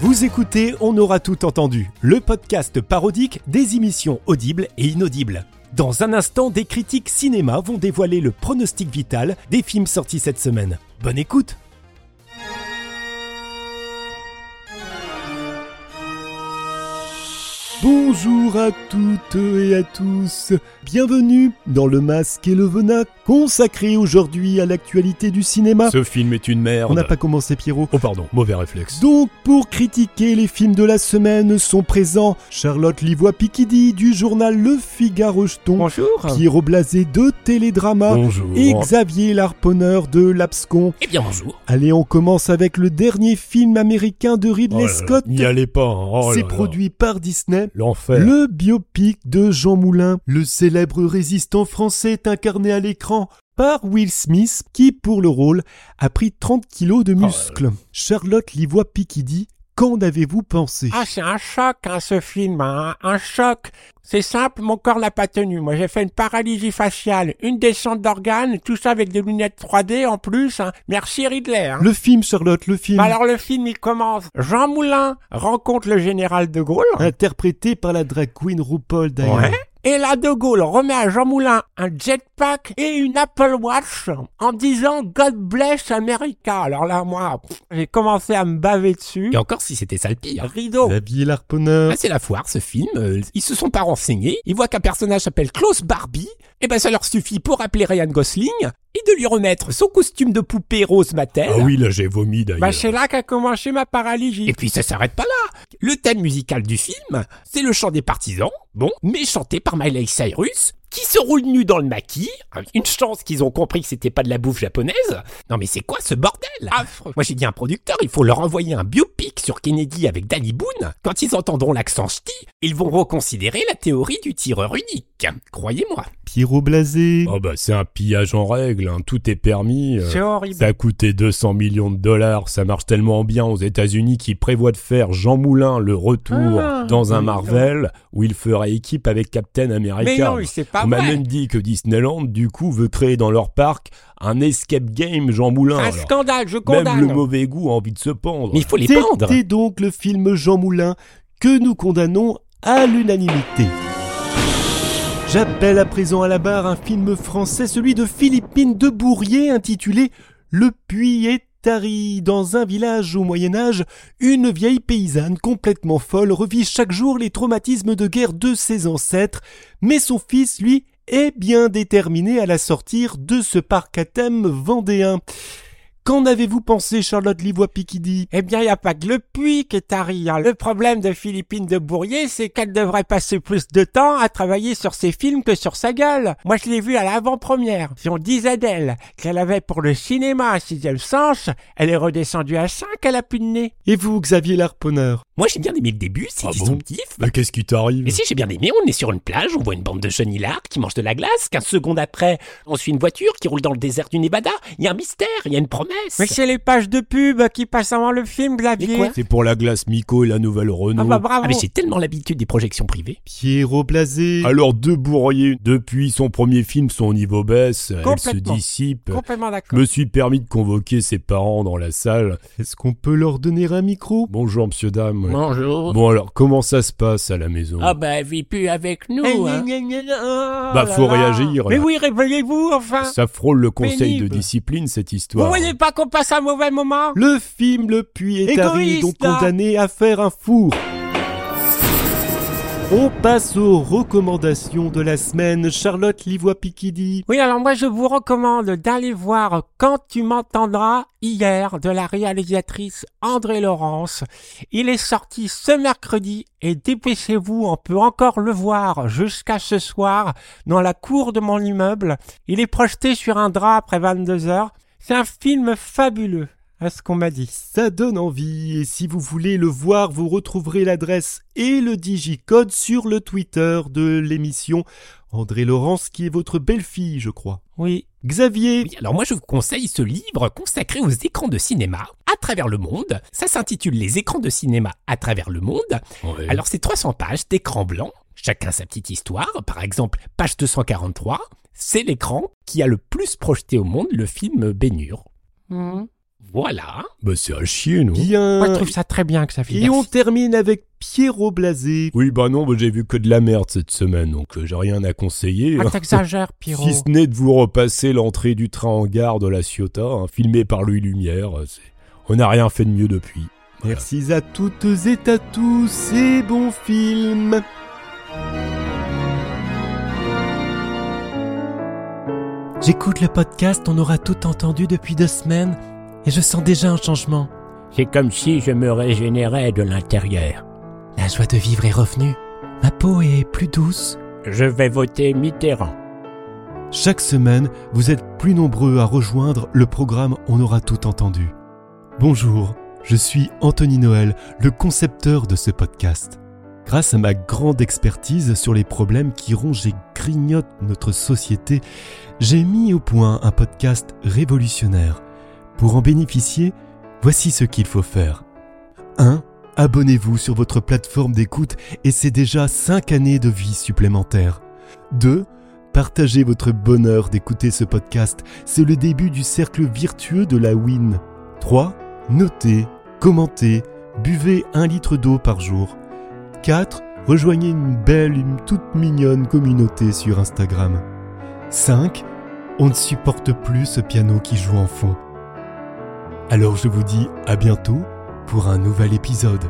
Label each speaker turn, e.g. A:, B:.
A: Vous écoutez On aura tout entendu, le podcast parodique des émissions audibles et inaudibles. Dans un instant, des critiques cinéma vont dévoiler le pronostic vital des films sortis cette semaine. Bonne écoute Bonjour à toutes et à tous. Bienvenue dans le masque et le venin consacré aujourd'hui à l'actualité du cinéma.
B: Ce film est une merde.
A: On n'a pas commencé Pierrot.
B: Oh pardon, mauvais réflexe.
A: Donc pour critiquer les films de la semaine sont présents Charlotte Livois Piquidi du journal Le Figaro Jeton,
C: Bonjour.
A: Pierrot Blasé de Télédrama
B: Bonjour.
A: et Xavier l'Arponneur de L'Abscon.
B: Eh bien bonjour.
A: Allez, on commence avec le dernier film américain de Ridley Scott.
B: Oh N'y allez pas. hein. Oh là
A: C'est
B: là.
A: produit par Disney.
B: L'enfer.
A: Le biopic de Jean Moulin, le célèbre résistant français est incarné à l'écran par Will Smith, qui pour le rôle a pris 30 kilos
B: Oh
A: de muscles. Charlotte Livois Piquidi, qu'en avez-vous pensé
C: Ah, c'est un choc, hein, ce film, hein, un choc. C'est simple, mon corps l'a pas tenu. Moi, j'ai fait une paralysie faciale, une descente d'organes, tout ça avec des lunettes 3D en plus. hein. Merci Ridley. hein.
A: Le film, Charlotte, le film,
C: Bah alors le film, il commence. Jean Moulin rencontre le général de Gaulle.
B: hein
A: interprété par la drag queen RuPaul d'ailleurs.
C: Ouais. Et là, De Gaulle remet à Jean Moulin un jetpack et une Apple Watch en disant God bless America. Alors là, moi, pff, j'ai commencé à me baver dessus.
D: Et encore si c'était ça le pire.
C: Rideau.
A: Oh. Xavier Larponneur,
B: Ah,
D: Là, c'est la foire, ce film. Euh, Ils se sont pas renseignés. Ils voient qu'un personnage s'appelle Klaus Barbie. Et ben, ça leur suffit pour appeler Ryan Gosling et de lui remettre son costume de poupée rose Mattel.
B: Ah oui, là j'ai vomi d'ailleurs.
C: Bah c'est là qu'a commencé ma paralysie.
D: euh, Et puis, ça s'arrête pas là. Le thème musical du film, c'est le chant des partisans. Bon, mais chanté par Miley Cyrus, qui se roule nu dans le maquis. hein, Une chance qu'ils ont compris que c'était pas de la bouffe japonaise. Non, mais c'est quoi ce bordel?
C: Affreux.
D: Moi j'ai dit à un producteur, il faut leur envoyer un biopic sur Kennedy avec Danny Boone. Quand ils entendront l'accent ch'ti, ils vont reconsidérer la théorie du tireur unique. Croyez-moi.
A: Pierrot Blasé,
B: Oh bah c'est un pillage en règle. hein. Tout est permis. euh.
C: C'est horrible.
B: Ça a coûté 200 millions de dollars, ça marche tellement bien aux États-Unis qu'ils prévoient de faire Jean Moulin le retour
C: Ah,
B: dans un
C: oui,
B: Marvel où il fera équipe avec Captain America.
C: Mais non, mais c'est pas
B: On m'a
C: vrai.
B: même dit que Disneyland, du coup, veut créer dans leur parc un escape game Jean Moulin.
C: Un
B: Alors,
C: scandale, je
B: même
C: condamne.
B: le mauvais goût a envie de se pendre.
D: Mais il faut les pendre.
A: c'était donc le film Jean Moulin que nous condamnons à l'unanimité. J'appelle à présent à la barre un film français, celui de Philippine de Bourrier intitulé Le Puy est Tari. Dans un village au Moyen Âge, une vieille paysanne complètement folle revit chaque jour les traumatismes de guerre de ses ancêtres, mais son fils, lui, est bien déterminé à la sortir de ce parc à thème vendéen. Qu'en avez-vous pensé, Charlotte Livois-Piquidi
C: Eh bien, il n'y a pas que le puits qui est tari. hein. Le problème de Philippine de Bourrier, c'est qu'elle devrait passer plus de temps à travailler sur ses films que sur sa gueule. Moi, je l'ai vue à l'avant-première. Si on disait d'elle qu'elle avait pour le cinéma un sixième sens, elle est redescendue à cinq à la plus de nez.
A: Et vous, Xavier Larponneur
D: Moi j'ai bien aimé le début, c'est
B: Ah bon
D: disruptif.
B: Mais qu'est-ce qui
C: Mm.
B: t'arrive
D: Mais si j'ai bien aimé, on est sur une plage, on voit une bande de chenillards qui mangent de la glace, 15 secondes après, on suit une voiture qui roule dans le désert du Nevada. Il y a un mystère, il y a une promesse.
C: Mais c'est les pages de pub qui passent avant le film, Xavier.
D: Mais quoi
B: C'est pour la glace Miko et la nouvelle
C: ah
B: Renault.
C: bah bravo.
D: Ah mais j'ai tellement l'habitude des projections privées.
A: Pierrot Blasé,
B: Alors, De Bourrier, depuis son premier film, son niveau baisse, elle se
C: Complètement.
D: euh,
B: dissipe.
C: Complètement
B: Je
C: d'accord.
B: me suis permis de convoquer ses parents dans la salle.
A: est-ce qu'on peut leur donner un micro
B: Bonjour, monsieur, dame. Ouais.
D: Bonjour.
B: Bon, alors, comment ça se passe à la maison
D: Ah bah vis plus avec nous.
C: Eh,
D: hein.
C: gna, gna, gna, gna, oh
B: Bah,
C: là
B: faut
C: là.
B: réagir,
C: Mais
B: là.
C: oui, réveillez-vous, enfin.
D: bah.
B: Ça frôle le conseil
C: Pénible.
B: de discipline, cette
C: Vous
B: histoire.
C: voyez pas qu'on passe un mauvais moment
A: Le film Le Puy est
C: Égoïste,
A: arrivé, donc
C: là.
A: condamné à faire un four. On passe aux recommandations de la semaine. Charlotte Livois-Piquidi.
C: Oui, alors moi je vous recommande d'aller voir Quand tu m'entendras hier de la réalisatrice André Laurence. Il est sorti ce mercredi et dépêchez-vous, on peut encore le voir jusqu'à ce soir dans la cour de mon immeuble. Il est projeté sur un drap après 22 heures. C'est un film fabuleux, à ce qu'on m'a dit.
A: Ça donne envie, et si vous voulez le voir, vous retrouverez l'adresse et le digicode sur le Twitter de l'émission. André Laurence, qui est votre belle-fille, je crois.
C: Oui,
A: Xavier,
D: Oui, Eh alors moi je vous conseille ce livre consacré aux écrans de cinéma à travers le monde. Ça s'intitule Les écrans de cinéma à travers le monde.
B: Ouais.
D: Alors c'est 300 pages d'écran blanc, chacun sa petite histoire. Par exemple, page 243, c'est l'écran qui a le plus projeté au monde le film Bénure. Voilà.
B: Bah, c'est à chier, non
A: Bien.
C: Moi, je trouve ça très bien que ça
A: Et
C: finisse.
A: on termine avec Pierrot Blasé.
B: Oui, bah non, bah, j'ai vu que de la merde cette semaine, donc euh, j'ai rien à conseiller.
C: Ah, t'exagères, Pierrot.
B: Si ce n'est de vous repasser l'entrée du train en gare de la Ciotat, hein, filmée par Louis Lumière, euh, c'est- on n'a rien fait de mieux depuis.
A: Merci à toutes et à tous et bon film.
C: J'écoute le podcast, on aura tout entendu depuis deux semaines, et je sens déjà un changement.
D: C'est comme si je me régénérais de l'intérieur.
C: La joie de vivre est revenue. Ma peau est plus douce.
D: Je vais voter Mitterrand.
A: Chaque semaine, vous êtes plus nombreux à rejoindre le programme On aura tout entendu. Bonjour, je suis Anthony Noël, le concepteur de ce podcast. Grâce à ma grande expertise sur les problèmes qui rongent et grignotent notre société, j'ai mis au point un podcast révolutionnaire. Pour en bénéficier, voici ce qu'il faut faire. 1. Abonnez-vous sur votre plateforme d'écoute et c'est déjà 5 années de vie supplémentaire. 2. Partagez votre bonheur d'écouter ce podcast, c'est le début du cercle virtueux de la win. 3. Notez, commentez, buvez un litre d'eau par jour. 4. Rejoignez une belle, une toute mignonne communauté sur Instagram. 5. On ne supporte plus ce piano qui joue en fond. Alors je vous dis à bientôt pour un nouvel épisode.